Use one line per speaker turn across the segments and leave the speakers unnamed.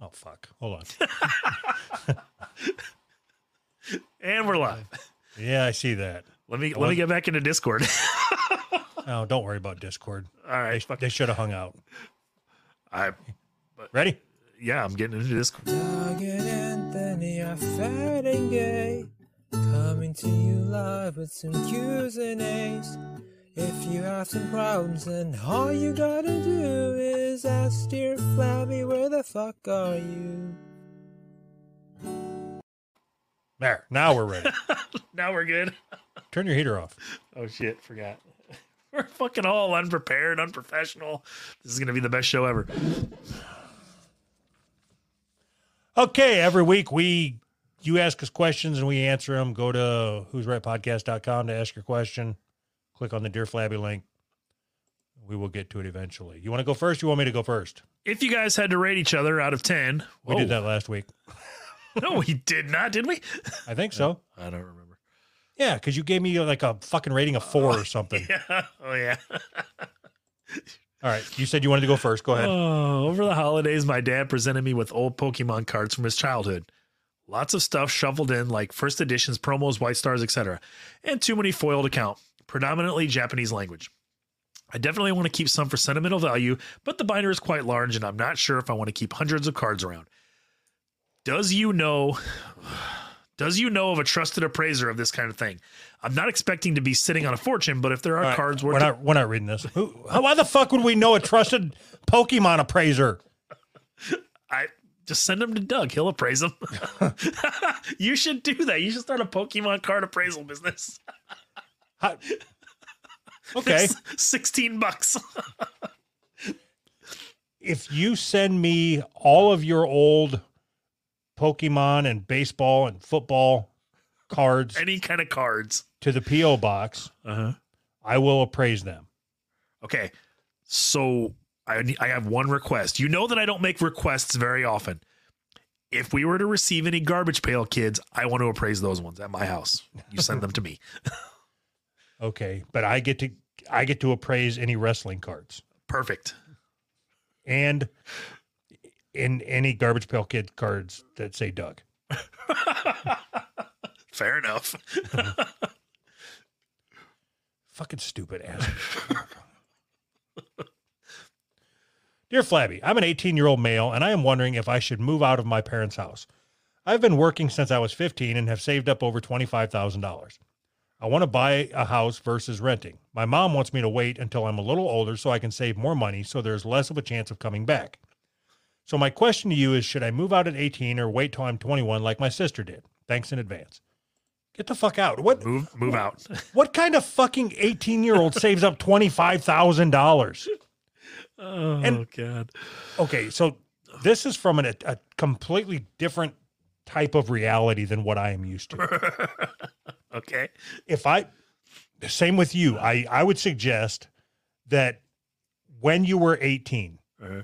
Oh fuck! Hold on.
And we're live.
yeah, I see that.
Let me let me get back into Discord.
No, Oh, don't worry about Discord.
All
They,
right. fuck-
they should have hung out.
I
Ready?
yeah, I'm getting into Discord.
Doug and Anthony are fat and gay, coming to you live with some Q's and A's. If you have some problems, then all you gotta do is ask dear Flabby, where the fuck are you?
There. Now we're ready.
Now we're good.
Turn your heater off.
Oh shit, forgot. We're fucking all unprepared, unprofessional. This is gonna be the best show ever.
Okay. Every week we you ask us questions and we answer them. Go to who's right podcast.com to ask your question. Click on the Dear Flabby link. We will get to it eventually. You want to go first? You want me to go first?
If you guys had to rate each other out of ten,
We did
Whoa.
that last week.
No, we did not, did we?
I think so.
I don't remember.
Yeah, because you gave me like a fucking rating of four or something.
Yeah. Oh yeah.
All right. You said you wanted to go first. Go ahead.
Oh, over the holidays, my dad presented me with old Pokemon cards from his childhood. Lots of stuff shuffled in, like first editions, promos, white stars, etc., and too many foiled account, predominantly Japanese language. I definitely want to keep some for sentimental value, but the binder is quite large, and I'm not sure if I want to keep hundreds of cards around. Does you know? Does you know of a trusted appraiser of this kind of thing? I'm not expecting to be sitting on a fortune, but if there are
All right,
cards
we're
worth
not we're not reading this. Who, how, why the fuck would we know a trusted Pokemon appraiser?
I just send them to Doug. He'll appraise them. you should do that. You should start a Pokemon card appraisal business.
How- okay,
Sixteen bucks.
if you send me all of your old Pokemon and baseball and football cards
Any kind of cards.
to the PO box,
Uh-huh.
I will appraise them.
Okay. So I ne- I have one request. You know that I don't make requests very often. If we were to receive any garbage pail kids, I want to appraise those ones at my house. You send them to me.
Okay, but I get to I get to appraise any wrestling cards
Perfect.
and in any garbage pail kid cards that say Doug.
Fair enough.
Fucking stupid ass. Dear Flabby, I'm an 18 year old male and I am wondering if I should move out of my parents' house. I've been working since I was 15 and have saved up over $25,000. I want to buy a house versus renting. My mom wants me to wait until I'm a little older so I can save more money so there's less of a chance of coming back. So, my question to you is should I move out at 18 or wait till I'm 21 like my sister did? Thanks in advance. Get the fuck out. What?
Move move out.
What kind of fucking 18 year old saves up $25,000?
Oh
And-
god.
Okay, so this is from an, a completely different type of reality than what I am used to.
Okay.
If I, same with you, I, I would suggest that when you were 18,
Uh-huh.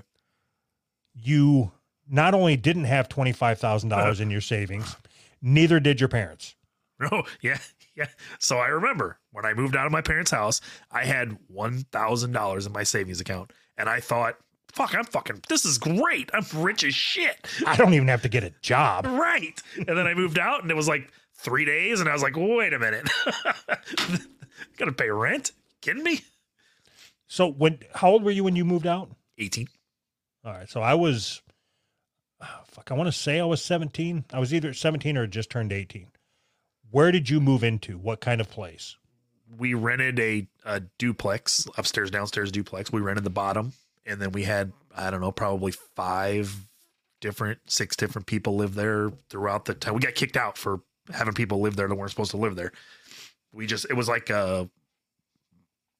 you not only didn't have $25,000 in your savings, neither did your parents.
No, Oh, yeah, yeah. So I remember when I moved out of my parents' house, I had one thousand dollars in my savings account, and I thought, "Fuck, I'm fucking. This is great. I'm rich as shit."
I don't even have to get a job.
Right. And then I moved out, and it was like three days, and I was like, "Wait a minute, gotta pay rent? Kidding me?"
So when, how old were you when you moved out?
Eighteen.
All right. So I was, oh, fuck, I want to say I was 17. I was either 17 or just turned 18. Where did you move into? What kind of place?
We rented a, a duplex, upstairs, downstairs duplex. We rented the bottom, and then we had I don't know, probably five different, six different people live there throughout the time. We got kicked out for having people live there that weren't supposed to live there. We just it was like uh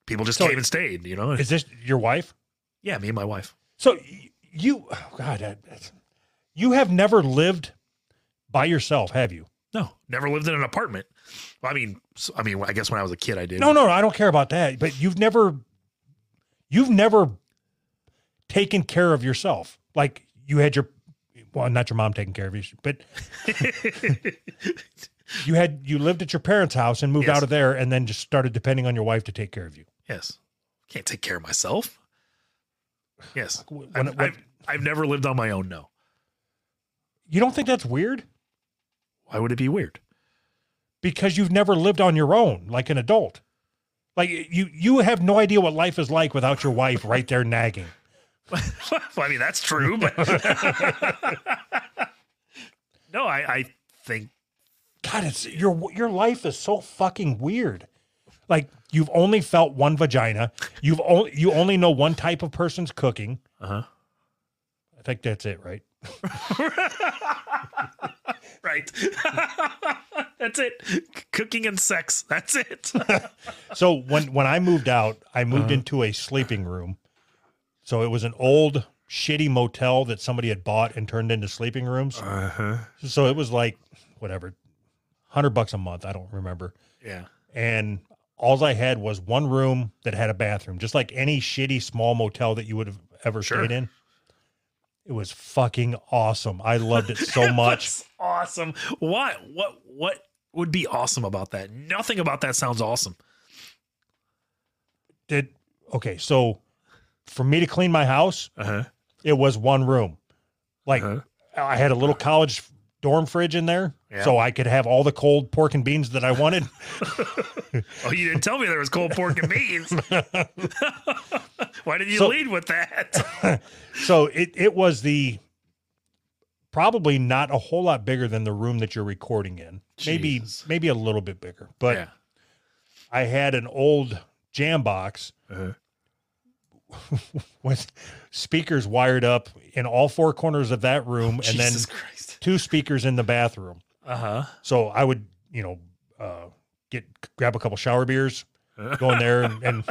people just
So-
came and stayed, you know.
Is this your wife?
Yeah, me and my wife.
So y- you, oh God, that- that's, you have never lived by yourself, have you?
No, never lived in an apartment. Well, I mean, s- I mean, I guess when I was a kid, I did.
No, no, I don't care about that. But you've never, you've never taken care of yourself. Like you had your, well, not your mom taking care of you, but you had you lived at your parents' house and moved
Yes.
out of there, and then just started depending on your wife to take care of you.
yes, can't take care of myself. Yes,
When,
I've,
when-
I've, I've never lived on my own. No,
You don't think that's weird?
Why would it be weird?
Because you've never lived on your own like an adult. Like you you have no idea what life is like without your wife right there nagging.
well, I mean, that's true, but no, I, I think
God, it's your your life is so fucking weird. Like you've only felt one vagina. You've only you only know one type of person's cooking.
Uh-huh.
I think that's it, right?
right. that's it. C- Cooking and sex. That's it.
So when when I moved out, I moved
Uh-huh.
into a sleeping room. So it was an old shitty motel that somebody had bought and turned into sleeping rooms.
Uh-huh.
Uh-huh.
huh.
So it was like whatever, hundred bucks a month. I don't remember.
Yeah.
And all I had was one room that had a bathroom, just like any shitty small motel that you would have ever
Sure.
stayed in. It was fucking awesome. I loved it so much.
That's awesome. What? What? What would be awesome about that? Nothing about that sounds awesome.
Did okay, so for me to clean my house,
Uh huh.
it was one room. Like
Uh-huh.
I had a little college dorm fridge in there,
Yeah.
so I could have all the cold pork and beans that I wanted.
Oh, you didn't tell me there was cold pork and beans. Why did you
So-
lead with that?
so it it was the probably not a whole lot bigger than the room that you're recording in. Maybe
Jesus.
maybe a little bit bigger, but I had an old jam box
Uh-huh.
with speakers wired up in all four corners of that room, and then
Jesus Christ.
two speakers in the bathroom.
Uh huh.
So I would, you know, uh, get grab a couple shower beers, go in there, and, and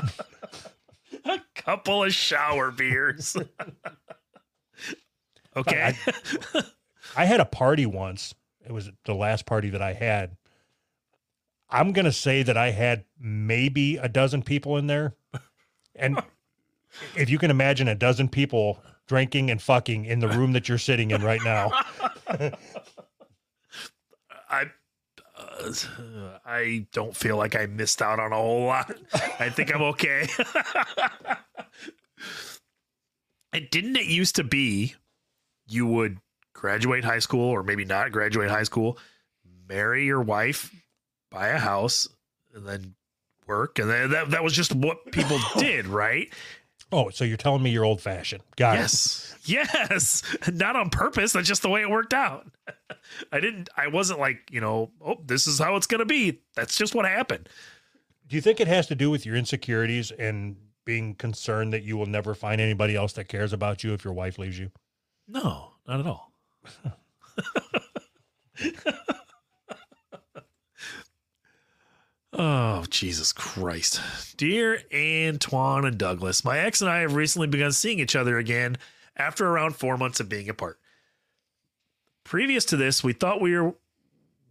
a couple of shower beers. okay.
I had a party once. It was the last party that I had. I'm gonna say that I had maybe a dozen people in there, and if you can imagine a dozen people drinking and fucking in the room that you're sitting in right now.
I uh, I don't feel like I missed out on a whole lot. I think I'm okay. and didn't it used to be you would graduate high school or maybe not graduate high school, marry your wife, buy a house, and then work and then that, that was just what people did right
Oh, so you're telling me you're old fashioned? Got it.
Yes. Yes. Not on purpose. That's just the way it worked out. I didn't, I wasn't like, you know, oh, this is how it's going to be. That's just what happened.
Do you think it has to do with your insecurities and being concerned that you will never find anybody else that cares about you if your wife leaves you?
No, not at all. oh, Jesus Christ. Dear Antoine and Douglas, my ex and I have recently begun seeing each other again after around four months of being apart. Previous to this, we thought we were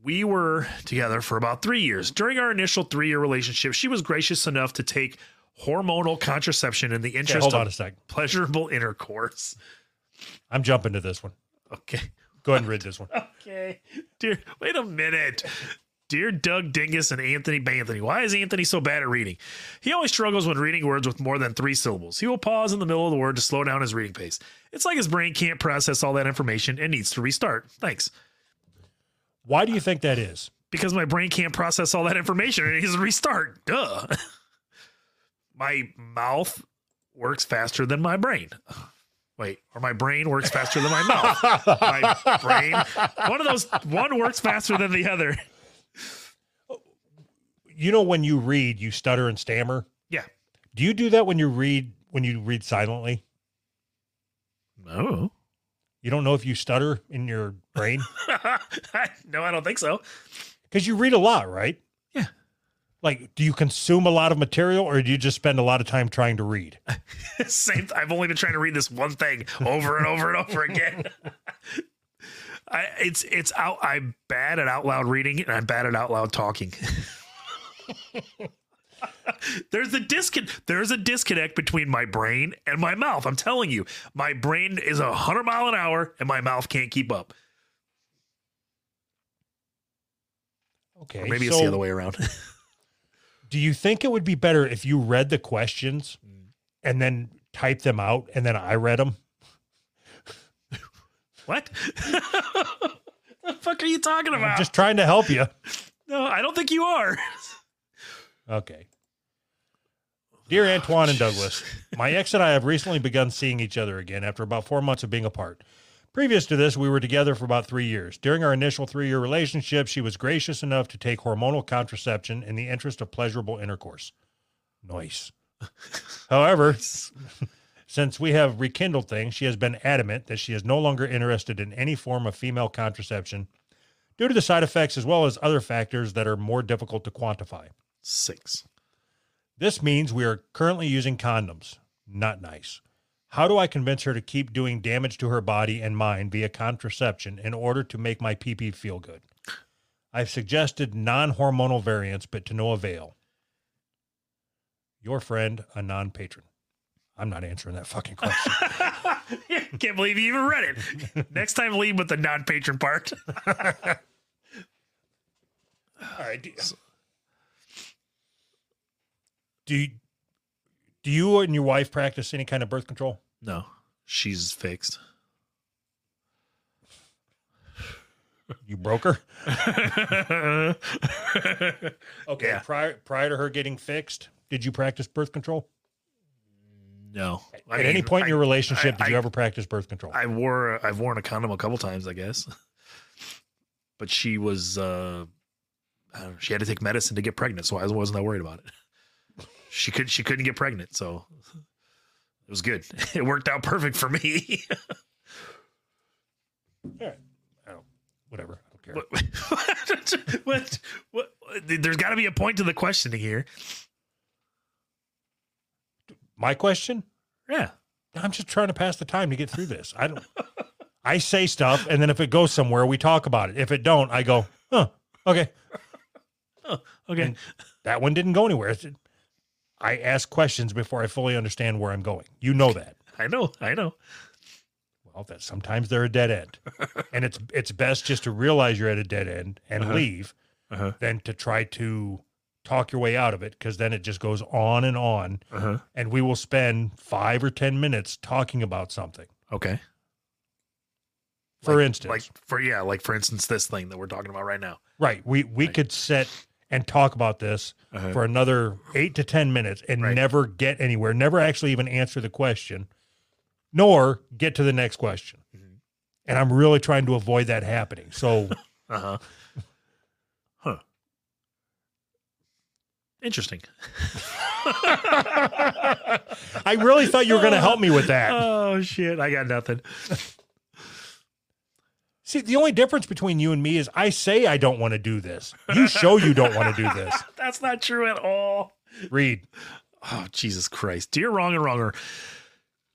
we were together for about three years. During our initial three-year relationship, she was gracious enough to take hormonal contraception in the
Okay,
interest
hold on a
of
sec.
pleasurable intercourse.
I'm jumping to this one.
Okay.
Go ahead and read this one.
Okay. Dear, wait a minute. Dear Doug Dingus and Anthony Banthony, why is Anthony so bad at reading? He always struggles when reading words with more than three syllables. He will pause in the middle of the word to slow down his reading pace. It's like his brain can't process all that information and needs to restart. Thanks.
Why do you think that is?
Because my brain can't process all that information and it needs to restart. Duh. My mouth works faster than my brain. Wait, or my brain works faster than my mouth. my brain. One of those, one works faster than the other.
You know, when you read, you stutter and stammer.
Yeah.
Do you do that when you read when you read silently?
No.
Oh. You don't know if you stutter in your brain
no, I don't think so.
because you read a lot, right?
Yeah.
Like, do you consume a lot of material, or do you just spend a lot of time trying to read?
Same. I've only been trying to read this one thing over and over and over again. I, it's it's out. I'm bad at out loud reading and I'm bad at out loud talking. there's the discon. There's a disconnect between my brain and my mouth. I'm telling you, my brain is a hundred mile an hour and my mouth can't keep up.
Okay.
Or maybe
so
it's the other way around.
Do you think it would be better if you read the questions
Mm.
and then typed them out, and then I read them?
What? the fuck are you talking
I'm
about?
just trying to help you.
no, I don't think you are.
Okay. Dear Antoine and Douglas, my ex and I have recently begun seeing each other again after about four months of being apart. Previous to this, we were together for about three years. During our initial three year relationship, she was gracious enough to take hormonal contraception in the interest of pleasurable intercourse. Nice. However, since we have rekindled things, she has been adamant that she is no longer interested in any form of female contraception due to the side effects as well as other factors that are more difficult to quantify.
Six.
This means we are currently using condoms. Not nice. How do I convince her to keep doing damage to her body and mind via contraception in order to make my PP feel good? I've suggested non hormonal variants, but to no avail. Your friend, a non patron. I'm not answering that fucking question.
Can't believe you even read it. Next time, leave with the non patron part.
All right. Do, do you, do you and your wife practice any kind of birth control?
No, she's fixed.
You broke her? Okay.
Yeah.
Prior prior to her getting fixed, did you practice birth control?
no. I
At any
mean,
point in
I-
your relationship,
I-
did you
I-
ever practice birth control?
I wore a- I've worn a condom a couple times, I guess. But she was uh I don't know, she had to take medicine to get pregnant, so I wasn't that worried about it. She could she couldn't get pregnant, so it was good. It worked out perfect for me.
Whatever. I don't care.
what, what, what, there's got to be a point to the questioning here.
My question?
Yeah.
I'm just trying to pass the time to get through this. I don't I say stuff and then if it goes somewhere, we talk about it. If it don't, I go, huh, okay.
Okay.
And- That one didn't go anywhere. It's- I ask questions before I fully understand where I'm going. You know that.
I know. I know.
Well, that sometimes they're a dead end. and it's it's best just to realize you're at a dead end and
Uh-huh.
leave
Uh-huh.
than to try to talk your way out of it because then it just goes on and on
Uh-huh.
and we will spend five or ten minutes talking about something
Okay.
for instance
Like for yeah, like for instance this thing that we're talking about right now.
right we we
Right.
could sit and talk about this
Uh-huh.
for another eight to ten minutes and
Right.
never get anywhere never actually even answer the question nor get to the next question
Mhm.
and i'm really trying to avoid that happening so
Uh-huh. Huh. Interesting.
i really thought you were going to help me with that
oh shit, I got nothing.
See, the only difference between you and me is I say I don't want to do this. You show you don't want to do this.
That's not true at all.
Read.
Oh, Jesus Christ. Dear Wrong and Wronger,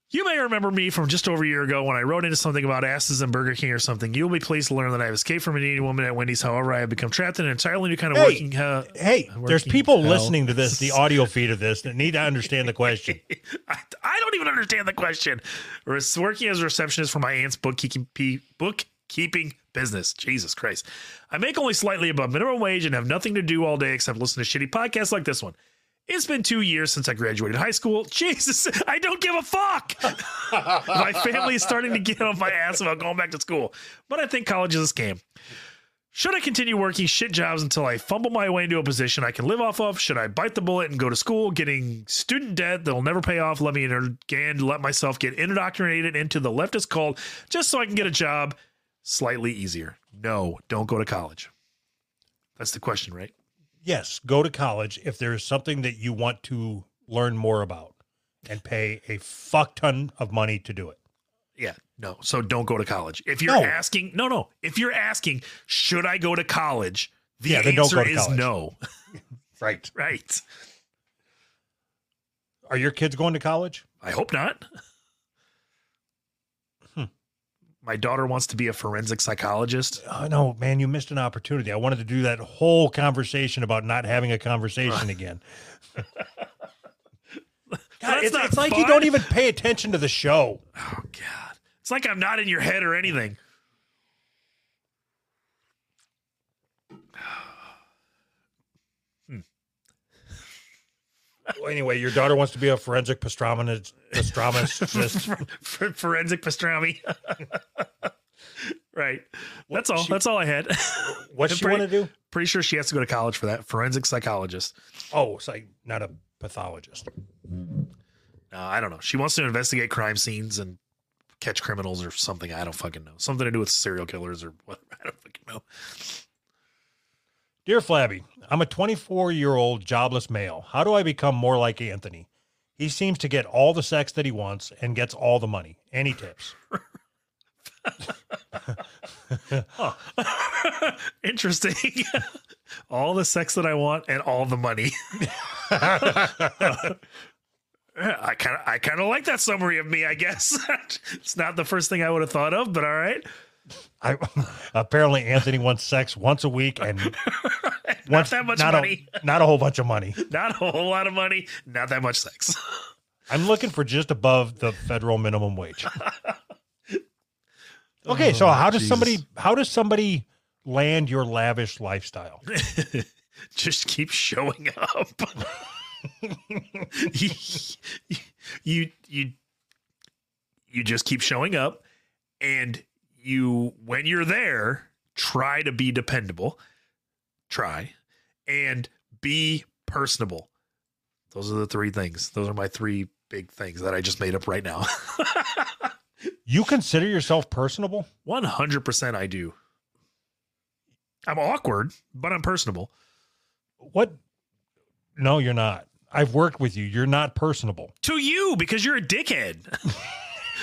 you may remember me from just over a year ago when I wrote into something about asses and Burger King or something. You will be pleased to learn that I have escaped from an Indian woman at Wendy's. However, I have become trapped in an entirely new kind of
Hey.
working. Uh,
Hey, there's
Working
people
hell.
listening to this, the audio feed of this, that need to understand the question.
I, I don't even understand the question. Re- Working as a receptionist for my aunt's bookkeeping pe- bookkeeping business. Jesus Christ. I make only slightly above minimum wage and have nothing to do all day except listen to shitty podcasts like this one. It's been two years since I graduated high school. Jesus, I don't give a fuck. my family is starting to get off my ass about going back to school, but I think college is a scam. Should I continue working shit jobs until I fumble my way into a position I can live off of? Should I bite the bullet and go to school, getting student debt that'll never pay off? Let me inter- and let myself get indoctrinated into the leftist cult just so I can get a job slightly easier. No, don't go to college. That's the question, right?
Yes, go to college if there is something that you want to learn more about and pay a fuck ton of money to do it.
Yeah, no. So don't go to college. If you're
No.
asking, no, no. If you're asking, should I go to college? The
Yeah,
answer
then don't go to
is
college.
no.
Right.
right.
Are your kids going to college?
I hope not.
Hmm.
My daughter wants to be a forensic psychologist.
Oh, no, man, you missed an opportunity. I wanted to do that whole conversation about not having a conversation again. God,
That's
it's,
not
it's like you
fun.
don't even pay attention to the show.
Oh God. It's like I'm not in your head or anything.
Well, anyway, your daughter wants to be a forensic pastrami- pastrami-
For- for- forensic pastrami. Right. That's all. That's all I had.
What
I'm
she want to do?
Pretty sure she has to go to college for that. Forensic psychologist.
Oh, it's like not a pathologist.
Uh, I don't know. She wants to investigate crime scenes and catch criminals or something. I don't fucking know. Something to do with serial killers or whatever. I don't fucking know.
Dear Flabby, I'm a 24 year old jobless male. How do I become more like Anthony? He seems to get all the sex that he wants and gets all the money. Any tips?
Huh. Interesting. all the sex that I want and all the money. I kind of I kind of like that summary of me, I guess. it's not the first thing I would have thought of, but all right.
I, apparently, Anthony wants sex once a week and
not
wants
that much
not
money.
A, not a whole bunch of money.
Not a whole lot of money, not that much sex.
I'm looking for just above the federal minimum wage. okay, so
Oh,
how does
Jesus.
somebody how does somebody land your lavish lifestyle?
Just keep showing up. you, you you you just keep showing up and you when you're there, try to be dependable. Try and be personable. Those are the three things. Those are my three big things that I just made up right now.
You consider yourself personable?
100% I do. I'm awkward, but I'm personable.
What? No, you're not. I've worked with you. You're not personable.
To you, because you're a dickhead.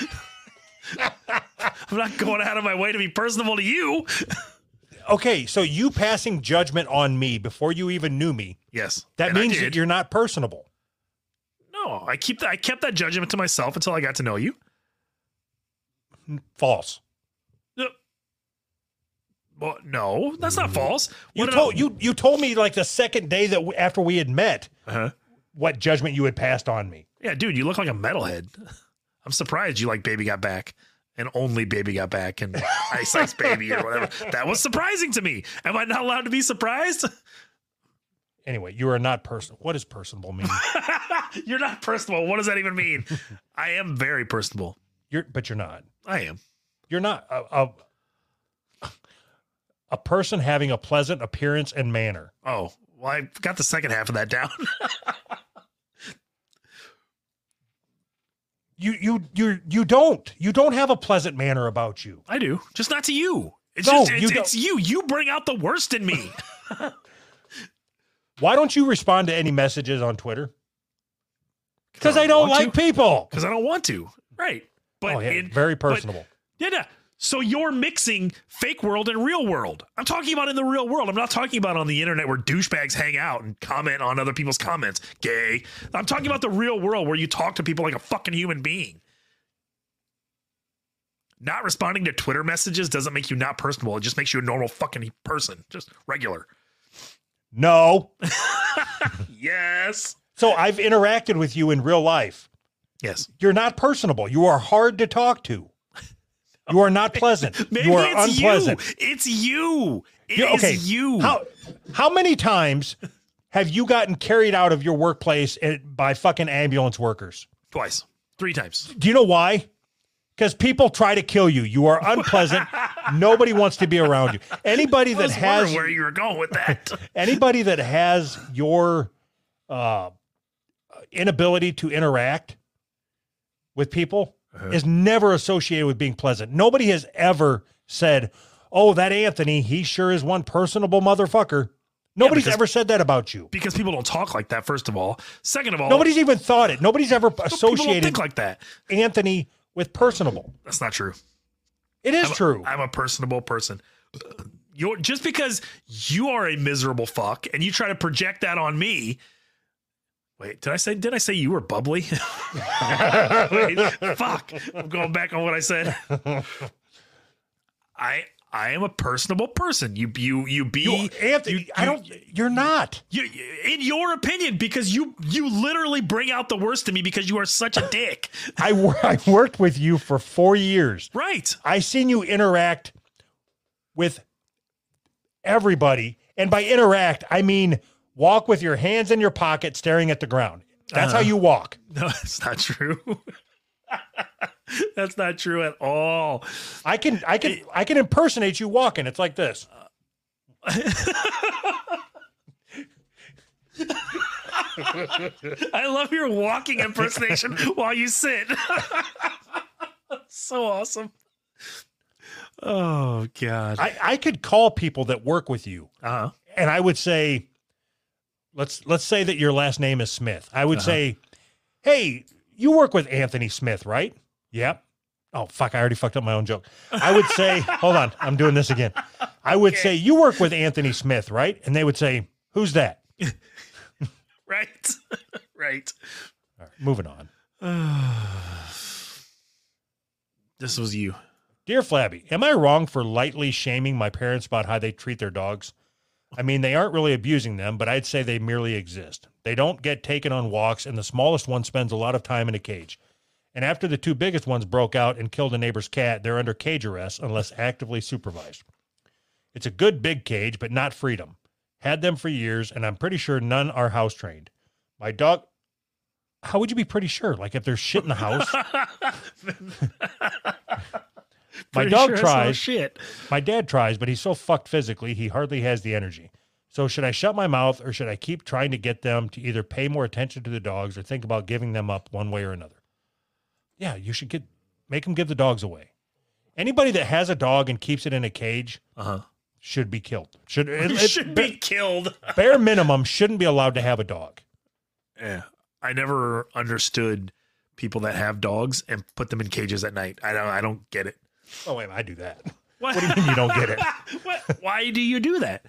I'm not going out of my way to be personable to you.
Okay, so you passing judgment on me before you even knew me,
Yes,
that
and I
means
did.
that you're not personable.
no. I keep that. I kept that judgment to myself until I got to know you.
False.
Uh, Well, no, that's not false.
You
What did I-
told you you told me like the second day that w- after we had met
Uh-huh.
what judgment you had passed on me.
Yeah, dude, you look like a metalhead. I'm surprised you like Baby Got Back and only Baby Got Back and Ice Ice Baby or whatever. That was surprising to me. Am I not allowed to be surprised?
Anyway, you are not personal. What does personable mean?
you're not personable. What does that even mean? I am very personable.
you're but you're not.
I am.
You're not a, a a person having a pleasant appearance and manner.
Oh, well, I got the second half of that down.
You you you you don't. You don't have a pleasant manner about you.
I do, just not to you. It's
No,
just
you
it's
don't.
it's you. You bring out the worst in me.
Why don't you respond to any messages on Twitter? Because I don't
want
like people.
because I don't want to. Right. But
oh, yeah,
it-
very
but-
personable.
yeah, yeah. So you're mixing fake world and real world. I'm talking about in the real world. I'm not talking about on the internet where douchebags hang out and comment on other people's comments. Gay. I'm talking about the real world where you talk to people like a fucking human being. Not responding to Twitter messages doesn't make you not personable. It just makes you a normal fucking person, just regular.
no.
Yes.
So I've interacted with you in real life.
Yes.
You're not personable. You are hard to talk to. You are not pleasant.
Maybe
you are
it's
unpleasant.
you. It's you. It
You-
is
okay.
you.
How how many times have you gotten carried out of your workplace and- by fucking ambulance workers?
Twice. Three times.
Do you know why? Because people try to kill you. You are unpleasant. Nobody wants to be around you. Anybody
I
that
was wondering
has
where you were going with that.
anybody that has your uh, inability to interact with people
Uh-huh.
is never associated with being pleasant. Nobody has ever said, "Oh, that Anthony, he sure is one personable motherfucker." Nobody's
because-
ever said that about you.
because people don't talk like that. First of all, second of all,
Nobody's even thought it. Nobody's ever
people don't
associated
think like that.
Anthony with personable.
That's not true.
It is
I'm a-
true.
I'm a personable person. Uh, You're just because you are a miserable fuck and you try to project that on me. Wait, did I say did I say you were bubbly? Wait, fuck. I'm going back on what I said. I I am a personable person. You you you be
you, Anthony,
you-
I don't. You're not.
You, in your opinion, because you you literally bring out the worst in me because you are such a dick.
I wor- I worked with you for four years.
Right.
I seen you interact with everybody, and by interact, I mean walk with your hands in your pocket, staring at the ground. That's how you walk.
No, it's not true. That's not true at all.
I can I can I can impersonate you walking. It's like this.
I love your walking impersonation while you sit. so awesome. Oh God.
I, I could call people that work with you
Uh-huh.
and I would say, let's let's say that your last name is Smith. I would
Uh-huh.
say, hey, you work with Anthony Smith, right? Yep. Oh fuck! I already fucked up my own joke. I would say, hold on, I'm doing this again. I would say you work with Anthony Smith, right? And they would say, who's that?
Right. right.
All right, moving on.
this was you.
Dear Flabby, am I wrong for lightly shaming my parents about how they treat their dogs? I mean, they aren't really abusing them, but I'd say they merely exist. They don't get taken on walks, and the smallest one spends a lot of time in a cage. And after the two biggest ones broke out and killed a neighbor's cat, they're under cage arrest unless actively supervised. It's a good big cage, but not freedom. Had them for years, and I'm pretty sure none are house trained. My dog. How would you be pretty sure? Like if there's shit in the house? My
Pretty
dog
sure I saw
tries.
Shit.
My dad tries, but he's so fucked physically, he hardly has the energy. So, should I shut my mouth or should I keep trying to get them to either pay more attention to the dogs or think about giving them up one way or another? Yeah, you should get make them give the dogs away. Anybody that has a dog and keeps it in a cage
Uh-huh.
should be killed. Should it,
You
it-
should be killed.
bare minimum shouldn't be allowed to have a dog.
Yeah. I never understood people that have dogs and put them in cages at night. I don't I don't get it.
Oh wait, I do that What do you mean you don't get it?
What- Why do you do that?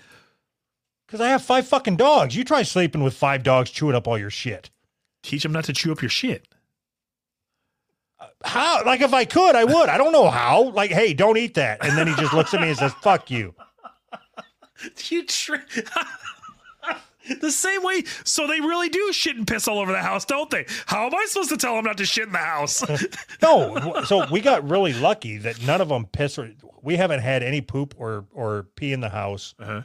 because I have five fucking dogs. You try sleeping with five dogs chewing up all your shit.
Teach them not to chew up your shit.
how like if I could, I would. I don't know how. Like, hey, don't eat that. And then he just looks at me and says, "Fuck you."
You tr- the same way. So they really do shit and piss all over the house, don't they? How am I supposed to tell them not to shit in the house?
No. So we got really lucky that none of them piss or we haven't had any poop or or pee in the house.
Uh-huh.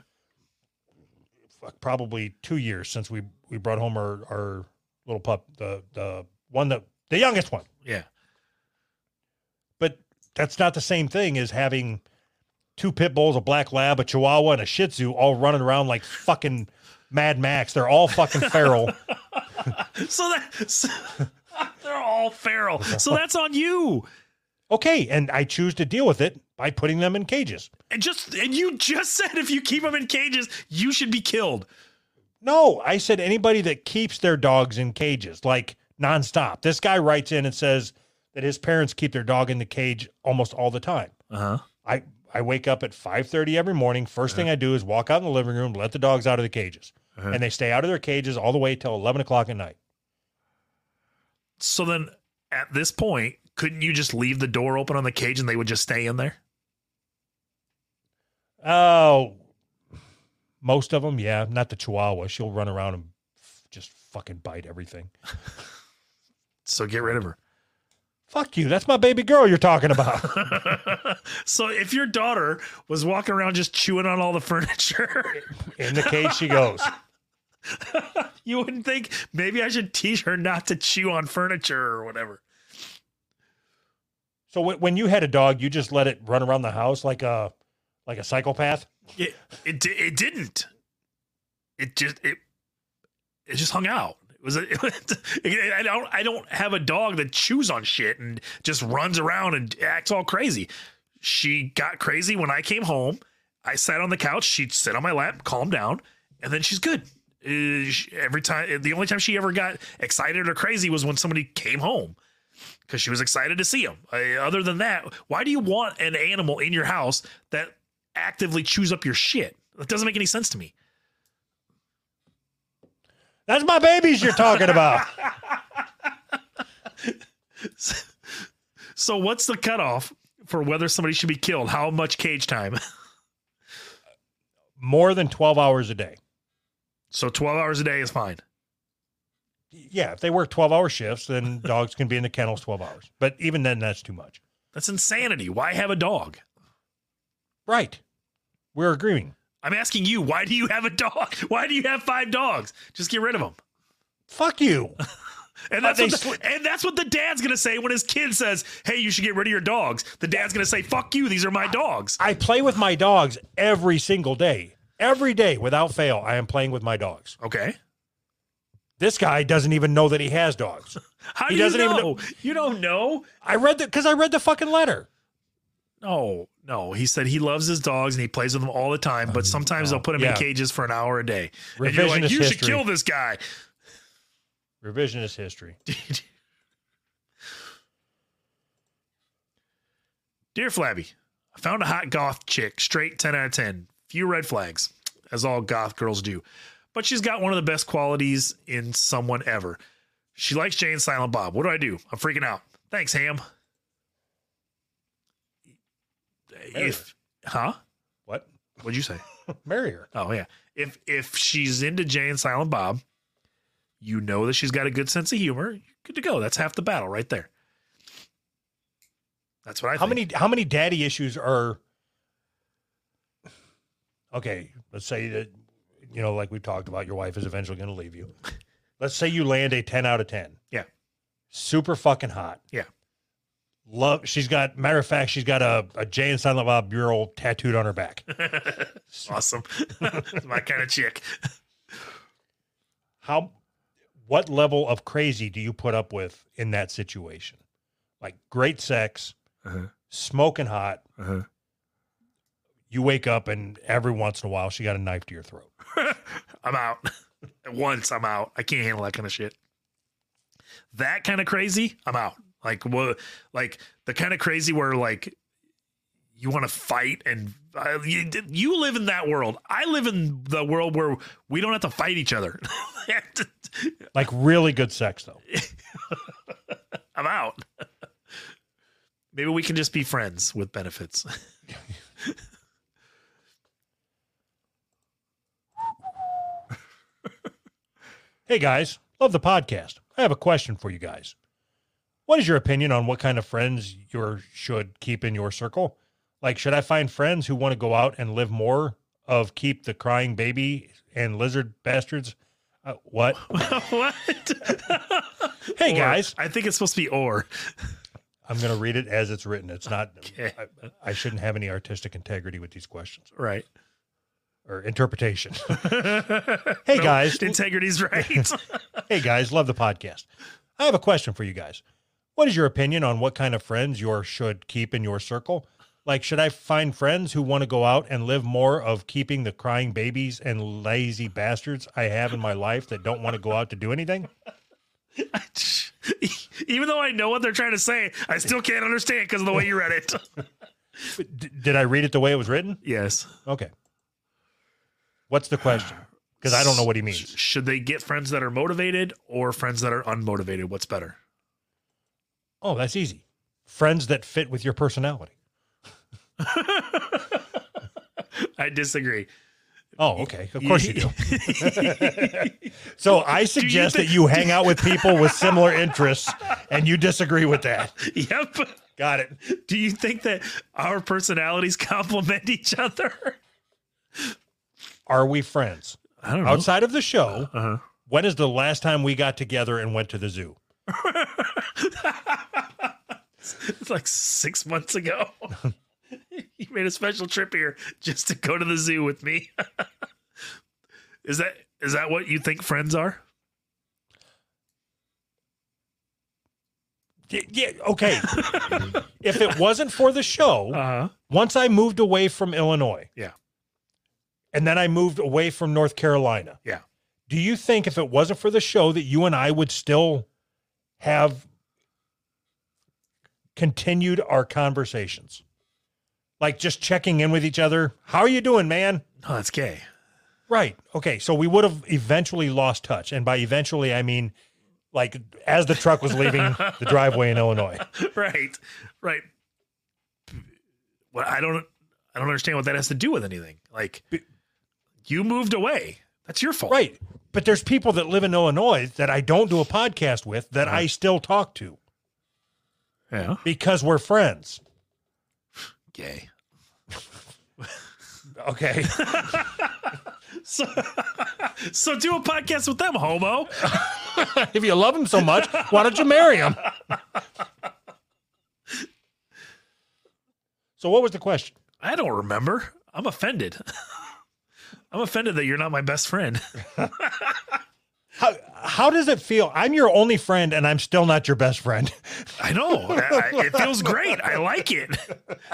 Fuck, probably two years since we we brought home our our little pup, the the one that the youngest one.
yeah.
But that's not the same thing as having two pit bulls, a black lab, a chihuahua, and a shih tzu all running around like fucking Mad Max. They're all fucking feral.
So that so- they're all feral. So that's on you.
Okay, and I choose to deal with it by putting them in cages.
And just and you just said if you keep them in cages, you should be killed.
No, I said anybody that keeps their dogs in cages, like nonstop. This guy writes in and says that his parents keep their dog in the cage almost all the time.
Uh huh.
I, I wake up at 5.30 every morning. 1st thing I do is walk out in the living room, let the dogs out of the cages.
Uh-huh.
And they stay out of their cages all the way till 11 o'clock at night.
So then at this point, couldn't you just leave the door open on the cage and they would just stay in there?
Oh, most of them, yeah. Not the chihuahua. She'll run around and f- just fucking bite everything.
So get rid of her.
Fuck you. That's my baby girl you're talking about.
so if your daughter was walking around just chewing on all the furniture,
In the cage she goes.
you wouldn't think maybe I should teach her not to chew on furniture or whatever.
So wh- when you had a dog, you just let it run around the house like a like a psychopath.
It it, di- it didn't. It just it it just hung out. It was a, I don't I don't have a dog that chews on shit and just runs around and acts all crazy. She got crazy when I came home. I sat on the couch. She'd sit on my lap, calm down, and then she's good. Uh, she- every time, the only time she ever got excited or crazy was when somebody came home because she was excited to see him. I, other than that, why do you want an animal in your house that actively chews up your shit? That doesn't make any sense to me.
That's my babies you're talking about.
So, what's the cutoff for whether somebody should be killed? How much cage time?
More than 12 hours a day.
So, 12 hours a day is fine.
Yeah, if they work 12 hour shifts, then dogs can be in the kennels 12 hours. But even then, that's too much.
That's insanity. Why have a dog?
Right. We're agreeing.
I'm asking you, why do you have a dog? Why do you have five dogs? Just get rid of them.
Fuck you.
And that's,
they
what the,
sli-
and that's what the dad's gonna say when his kid says, "Hey, you should get rid of your dogs." The dad's gonna say, "Fuck you, these are my dogs."
I play with my dogs every single day. Every day without fail, I am playing with my dogs.
Okay,
This guy doesn't even know that he has dogs.
how
He
do
doesn't
you
even
know?
know-
You don't know?
I read the because I read the fucking letter.
No, no. He said he loves his dogs and he plays with them all the time, but sometimes they'll put him
Mm, Yeah.
in cages for an hour a day. And you're
Revisionist
like, "You should
history.
kill this guy."
Revisionist history.
Dear Flabby, I found a hot goth chick, straight 10 out of 10. Few red flags, as all goth girls do. But she's got one of the best qualities in someone ever. She likes Jay and Silent Bob. What do I do? I'm freaking out. Thanks, Ham. If, huh?
What?
What'd you say?
Marry her.
Oh yeah. If if she's into Jay and Silent Bob, you know that she's got a good sense of humor. You're good to go. That's half the battle right there. That's what I
How
think.
many how many daddy issues are okay? Let's say that you know, like we talked about, your wife is eventually going to leave you. Let's say you land a ten out of ten.
Yeah.
super fucking hot.
Yeah.
love. She's got matter of fact, she's got a a Jay and Silent Bob mural tattooed on her back.
awesome. That's my kind of chick.
How? What level of crazy do you put up with in that situation? Like great sex,
Uh-huh.
smoking hot.
Uh-huh.
You wake up and every once in a while she got a knife to your throat.
I'm out. At Once I'm out. I can't handle that kind of shit. That kind of crazy, I'm out. Like what? Like the kind of crazy where like you want to fight and uh, you, you live in that world. I live in the world where we don't have to fight each other.
Like really good sex though.
I'm out. Maybe we can just be friends with benefits.
Hey guys, love the podcast. I have a question for you guys. What is your opinion on what kind of friends you should keep in your circle? Like, should I find friends who want to go out and live more of keep the crying baby and lizard bastards? Uh, what?
what?
Hey
Or-
guys,
I think it's supposed to be or.
I'm going to read it as it's written. It's not.
Okay.
I, I shouldn't have any artistic integrity with these questions
Right.
or interpretation.
hey
guys.
Integrity's right.
Hey guys, love the podcast. I have a question for you guys. What is your opinion on what kind of friends you should keep in your circle? Like, should I find friends who want to go out and live more of keeping the crying babies and lazy bastards I have in my life that don't want to go out to do anything?
Even though I know what they're trying to say, I still can't understand because of the way you read it.
D- did I read it the way it was written?
yes.
Okay. What's the question? Because I don't know what he means.
Should they get friends that are motivated or friends that are unmotivated? What's better?
Oh, that's easy. Friends that fit with your personality.
I disagree.
Oh, okay. Of course you do. So I suggest that you hang out with people with similar interests and you disagree with that.
yep.
Got it.
Do you think that our personalities complement each other?
Are we friends?
I don't
Outside of the show,
Uh-huh.
when is the last time we got together and went to the zoo?
It's like six months ago. you made a special trip here just to go to the zoo with me. is that is that what you think friends are?
Y- Yeah, okay. if it wasn't for the show,
Uh-huh.
once I moved away from Illinois.
Yeah.
And then I moved away from North Carolina.
Yeah.
Do you think if it wasn't for the show that you and I would still have continued our conversations? Like just checking in with each other. How are you doing, man?
No, that's gay.
Right. Okay. So we would have eventually lost touch. And by eventually, I mean like as the truck was leaving the driveway in Illinois.
right. Right. Well, I don't I don't understand what that has to do with anything. Like you moved away. That's your fault.
Right. But there's people that live in Illinois that I don't do a podcast with that I still talk to
Yeah.
because we're friends.
Gay.
Okay.
So so do a podcast with them, homo.
if you love him so much, why don't you marry him? so, what was the question?
I don't remember. I'm offended. I'm offended that you're not my best friend.
How, how does it feel? I'm your only friend, and I'm still not your best friend.
I know. I, I- it feels great. I like it.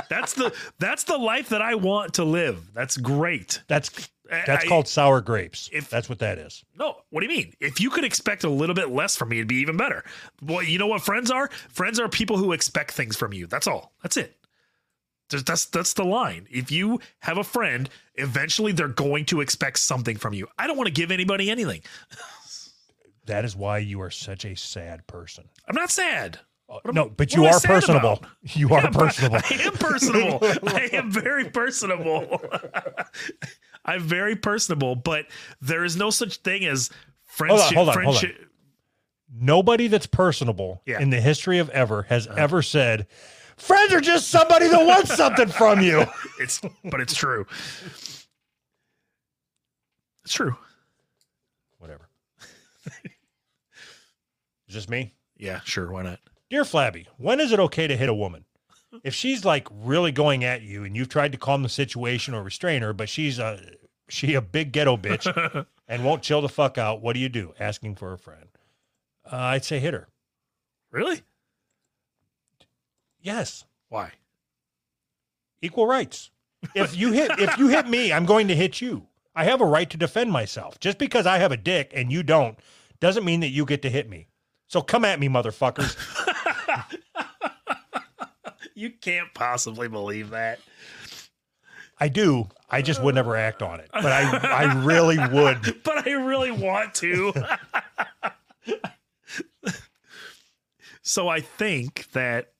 That's the that's the life that I want to live. That's great.
That's
I-
that's
I-
called sour grapes.
if-
that's what that is.
No, what do you mean? If you could expect a little bit less from me, it'd be even better. Well, you know what friends are? Friends are people who expect things from you. That's all. That's it. That's that's, that's the line. If you have a friend, eventually they're going to expect something from you. I don't want to give anybody anything.
That is why you are such a sad person.
I'm not sad. What am-
no, but
what
you
am I
are
sad about?
personable. You are
Yeah, but
personable.
I am personable. I am very personable. I'm very personable, but there is no such thing as friendship.
hold on, hold on.
friendship.
Nobody that's personable
Yeah.
in the history of ever has ever said, "Friends are just somebody that wants something from you."
It's but it's true. It's true.
Whatever. is this me?
Yeah, sure. Why not?
Dear Flabby, when is it okay to hit a woman? If she's like really going at you and you've tried to calm the situation or restrain her, but she's a she a big ghetto bitch and won't chill the fuck out, what do you do? Asking for a friend. Uh, I'd say hit her.
Really?
Yes,
Why?
equal rights. If you hit if you hit me, I'm going to hit you. I have a right to defend myself. Just because I have a dick and you don't doesn't mean that you get to hit me. So come at me, motherfuckers.
You can't possibly believe that.
I do. I just would never act on it. But I I really would
But I really want to. so I think that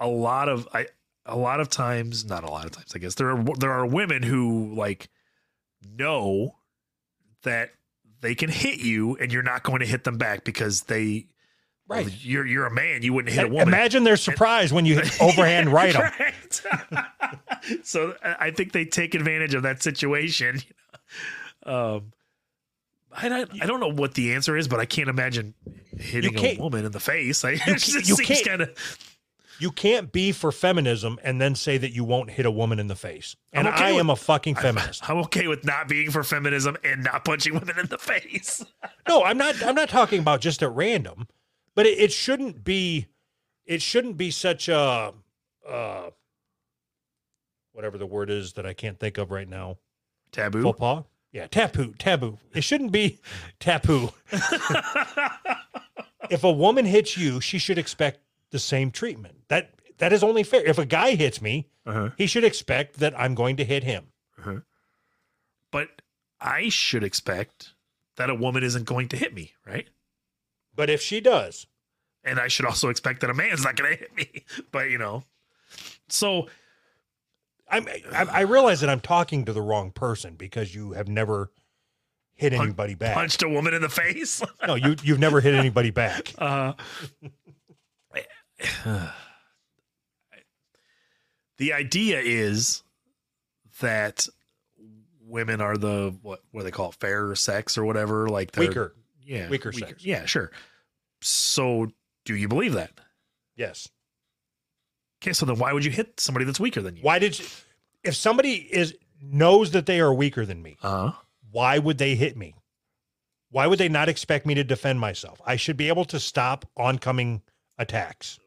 a lot of I a lot of times, not a lot of times, I guess there are there are women who like know that they can hit you and you're not going to hit them back because they
Right.
you're you're a man, you wouldn't hit a
I-
woman.
Imagine their surprise when you hit overhand right 'em.
Right. so I I think they take advantage of that situation. Um, I don't, I don't know what the answer is, but I can't imagine hitting
can't-
a woman in the face. I, it just
you
seems
can't-
kind of.
You can't be for feminism and then say that you won't hit a woman in the face.
I'm
And
okay
I
with-
am a fucking feminist.
I'm okay with not being for feminism and not punching women in the face.
no, I'm not. I'm not talking about just at random, but it, it shouldn't be. It shouldn't be such a, uh, whatever the word is that I can't think of right now.
Taboo.
Faux pas. Yeah, taboo. Taboo. It shouldn't be taboo. if a woman hits you, she should expect the same treatment. That that is only fair. If a guy hits me,
Uh-huh.
he should expect that I'm going to hit him.
But I should expect that a woman isn't going to hit me, right?
But if she does,
and I should also expect that a man's not going to hit me. But you know, so
I'm, I, I realize that I'm talking to the wrong person because you have never hit anybody back.
punched a woman in the face.
No, you you've never hit anybody back.
Uh, the idea is that women are the what what do they call it, fairer sex or whatever, like they're-
Weaker.
yeah,
weaker sex.
yeah, sure. So, do you believe that?
Yes.
Okay, so then why would you hit somebody that's weaker than you?
Why did you, if somebody is knows that they are weaker than me,
Uh,
why would they hit me? Why would they not expect me to defend myself? I should be able to stop oncoming attacks.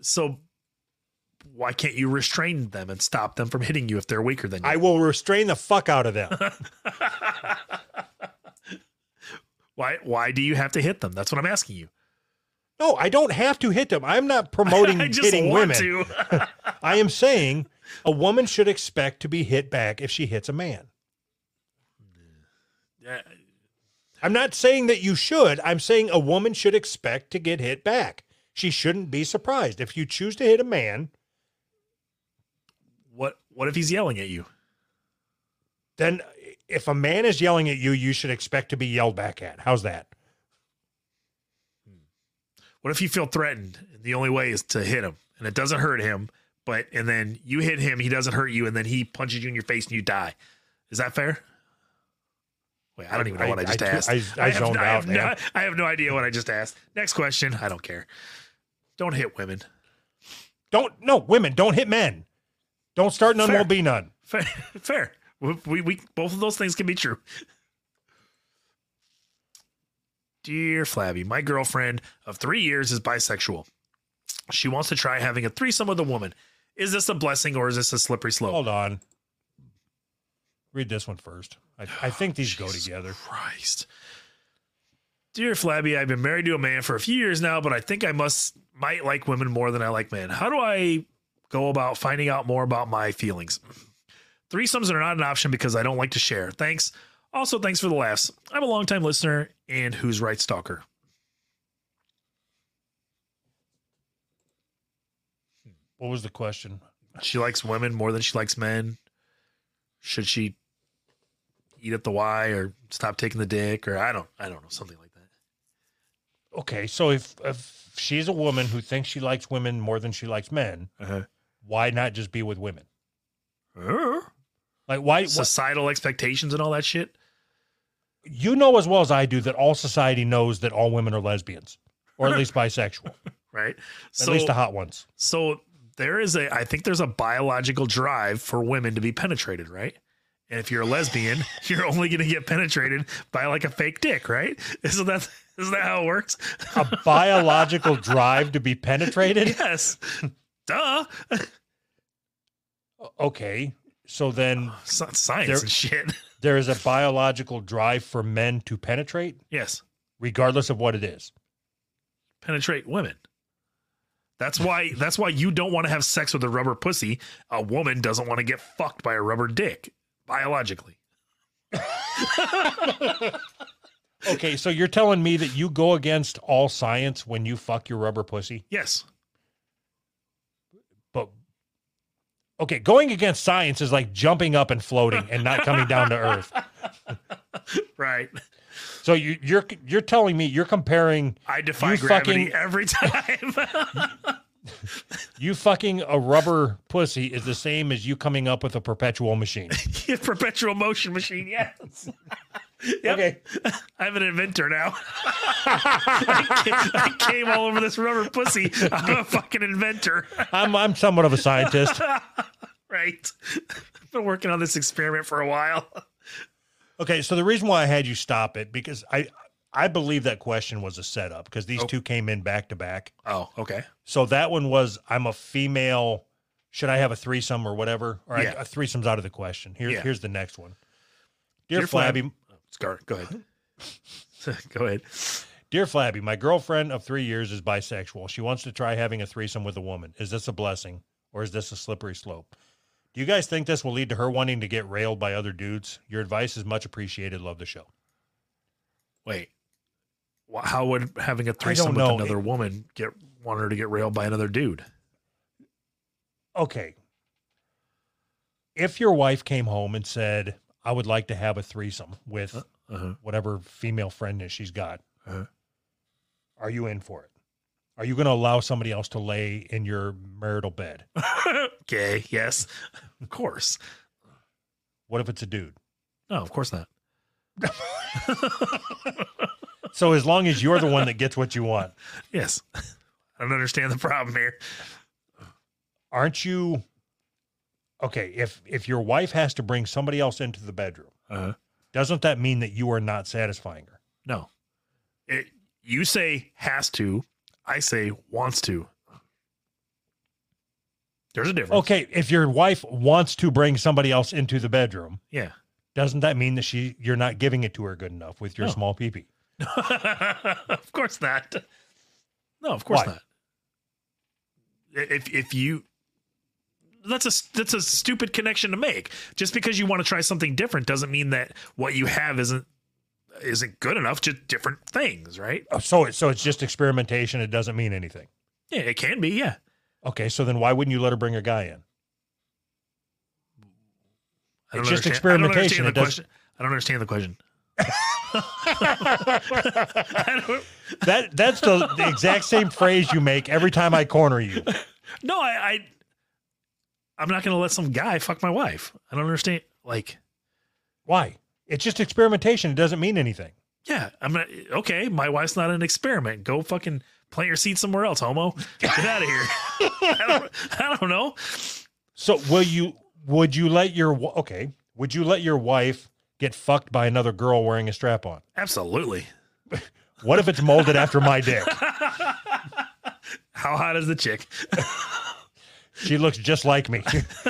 so why can't you restrain them and stop them from hitting you if they're weaker than you?
I will restrain the fuck out of them.
why why do you have to hit them? That's what I'm asking you.
No, I don't have to hit them. I'm not promoting
I just
hitting
want
women.
to.
I am saying a woman should expect to be hit back if she hits a man.
Yeah,
I'm not saying that you should. I'm saying a woman should expect to get hit back. She shouldn't be surprised. If you choose to hit a man,
what what if he's yelling at you?
then if a man is yelling at you, you should expect to be yelled back at. How's that?
What if you feel threatened? The only way is to hit him, and it doesn't hurt him. But and then you hit him, he doesn't hurt you, and then he punches you in your face and you die. Is that fair? Wait, I don't even know what I, just
I,
asked.
I, I
have
zoned
no- I
out,
have
man.
no- I have no idea what I just asked. Next question. I don't care. Don't hit women.
Don't no women. Don't hit men. Don't start none.
Fair.
Won't be none.
Fair. fair. We, we, we both of those things can be true. Dear Flabby, my girlfriend of three years is bisexual. She wants to try having a threesome with a woman. Is this a blessing or is this a slippery slope?
Hold on. Read this one first. I, I think these go
Jesus
together.
Christ. Dear Flabby, I've been married to a man for a few years now, but I think I must might like women more than I like men. How do I go about finding out more about my feelings? Threesomes are not an option because I don't like to share. Thanks. Also, thanks for the laughs. I'm a longtime listener and who's right stalker.
What was the question?
She likes women more than she likes men. Should she eat at the Y or stop taking the dick or I don't I don't know something like that.
Okay, so if if she's a woman who thinks she likes women more than she likes men,
Uh-huh.
why not just be with women?
Uh-huh.
Like why? why-
societal expectations and all that shit.
you know as well as I do that all society knows that all women are lesbians or at least bisexual,
right?
at
So,
least the hot ones.
so there is a, I think there's a biological drive for women to be penetrated, right? And if you're a lesbian, you're only going to get penetrated by like a fake dick, right? Isn't that, isn't that how it works?
A biological drive to be penetrated.
yes. Duh.
Okay, so then
It's not science
There-
and shit.
there is a biological drive for men to penetrate,
Yes.
regardless of what it is.
Penetrate women. That's why, that's why you don't want to have sex with a rubber pussy. A woman doesn't want to get fucked by a rubber dick biologically.
Okay, so you're telling me that you go against all science when you fuck your rubber pussy?
Yes.
But okay, going against science is like jumping up and floating and not coming down to earth.
Right.
So you, you're you're telling me you're comparing
I defy
You
gravity
fucking-
every time.
you fucking a rubber pussy is the same as you coming up with a perpetual machine.
Perpetual motion machine, yes. Yep. I'm an inventor now. I, came, I came all over this rubber pussy. I'm a fucking inventor,
I'm I'm somewhat of a scientist.
right? I've been working on this experiment for a while.
Okay, so the reason why I had you stop it because I I believe that question was a setup because these
Oh.
two came in back to back.
Oh, okay.
So that one was I'm a female. Should I have a threesome or whatever? Or
Yeah.
I, a threesome's out of the question. Here,
Yeah.
Here's the next one. Dear,
Dear Flab-
Flabby,
Scar, go ahead. go ahead.
dear Flabby, my girlfriend of three years is bisexual. She wants to try having a threesome with a woman. Is this a blessing or is this a slippery slope? Do you guys think this will lead to her wanting to get railed by other dudes? Your advice is much appreciated. Love the show.
Wait. Wha- How would having a threesome with
know.
another woman get want her to get railed by another dude?
Okay. If your wife came home and said, I would like to have a threesome with
Uh-huh.
whatever female friend that she's got.
Uh-huh.
Are you in for it? Are you going to allow somebody else to lay in your marital bed?
okay, yes. Of course.
What if it's a dude?
No, of course not.
So as long as you're the one that gets what you want,
Yes. I don't understand the problem here.
aren't you? Okay, if if your wife has to bring somebody else into the bedroom,
Uh-huh.
doesn't that mean that you are not satisfying her?
No. It, you say has to. I say wants to. There's a difference.
Okay, if your wife wants to bring somebody else into the bedroom,
Yeah.
doesn't that mean that she you're not giving it to her good enough with your
No.
small peepee?
of course not. No, of course
Why?
not. I- If if you that's a that's a stupid connection to make. Just because you want to try something different doesn't mean that what you have isn't isn't good enough. Just different things, right?
Oh, So it, so it's just experimentation. It doesn't mean anything.
Yeah, it can be. Yeah.
Okay, so then why wouldn't you let her bring a guy in?
I don't
It's just
understand-
experimentation.
I
It
don't
doesn't-
understand the question. I don't understand the question.
That that's the, the exact same phrase you make every time I corner you.
I don't, no, I, I I'm not gonna let some guy fuck my wife. I don't understand. Like
Why? It's just experimentation. It doesn't mean anything.
Yeah, I'm not, okay. My wife's not an experiment. Go fucking plant your seed somewhere else, homo. Get out of here. I, don't, I don't know.
So will you? Would you let your wa- okay? Would you let your wife get fucked by another girl wearing a strap on?
Absolutely.
What if it's molded after my dick?
How hot is the chick?
She looks just like me.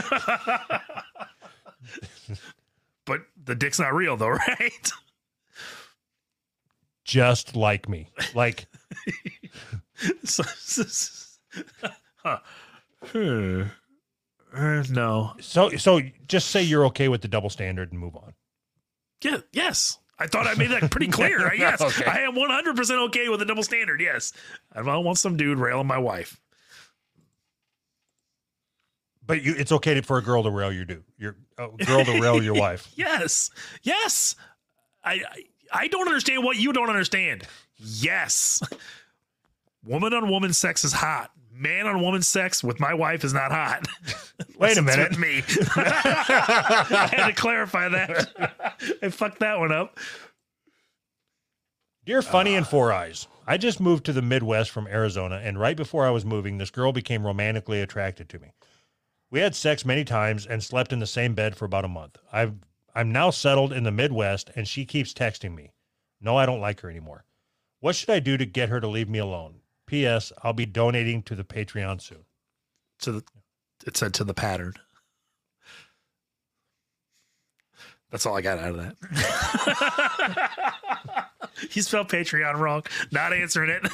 But the dick's not real though, right?
just like me. Like
so, so- so- huh. Hmm. Uh, no.
so so just say you're okay with the double standard and move on.
Yeah. Yes. I thought I made that pretty clear. I yes,
Okay.
I am 100% okay with a double standard. Yes. I don't want some dude railing my wife.
But you it's okay to, for a girl to rail your dude. Your a girl to rail your wife.
Yes. Yes. I, I I don't understand what you don't understand. Yes. Woman on woman sex is hot. Man on woman sex with my wife is not hot.
Wait a
Unless
minute.
it's with me. I had to clarify that. I fucked that one up.
Dear Funny and Four Eyes, I just moved to the Midwest from Arizona, and right before I was moving, this girl became romantically attracted to me. We had sex many times and slept in the same bed for about a month. I've I'm now settled in the Midwest, and she keeps texting me. No, I don't like her anymore. What should I do to get her to leave me alone? P.S. I'll be donating to the Patreon soon.
To the, it said to the pattern. That's all I got out of that. you spelled Patreon wrong. Not answering it.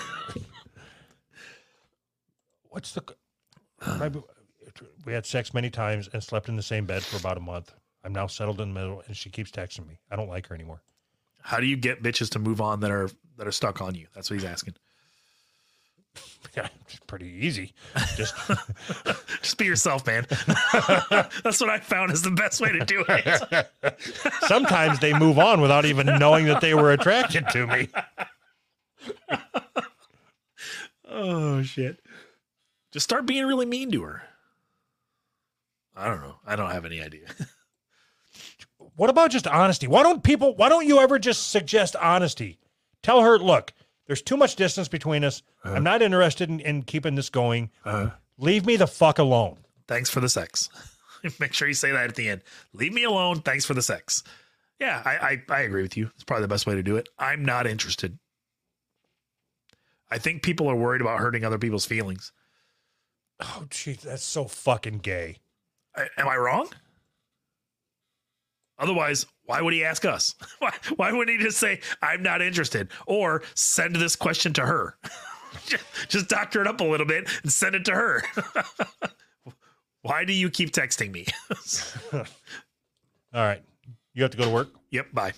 What's the? right be- We had sex many times and slept in the same bed for about a month. I'm now settled in the middle, and she keeps texting me. I don't like her anymore.
how do you get bitches to move on that are that are stuck on you? That's what he's asking.
Yeah, it's pretty easy. Just
Just be yourself, man. That's what I found is the best way to do it.
sometimes they move on without even knowing that they were attracted to me.
oh shit. Just start being really mean to her. I don't know. I don't have any idea.
What about just honesty? Why don't people? Why don't you ever just suggest honesty? Tell her, look, there's too much distance between us. I'm not interested in, in keeping this going. Leave me the fuck alone.
Thanks for the sex. Make sure you say that at the end. Leave me alone. Thanks for the sex. Yeah, I, I I agree with you. It's probably the best way to do it. I'm not interested. I think people are worried about hurting other people's feelings.
Oh, jeez, that's so fucking gay.
I- am I wrong? Otherwise, why would he ask us? Why, why wouldn't he just say, I'm not interested? Or send this question to her. just, just doctor it up a little bit and send it to her. why do you keep texting me?
All right, you have to go to work.
yep, bye.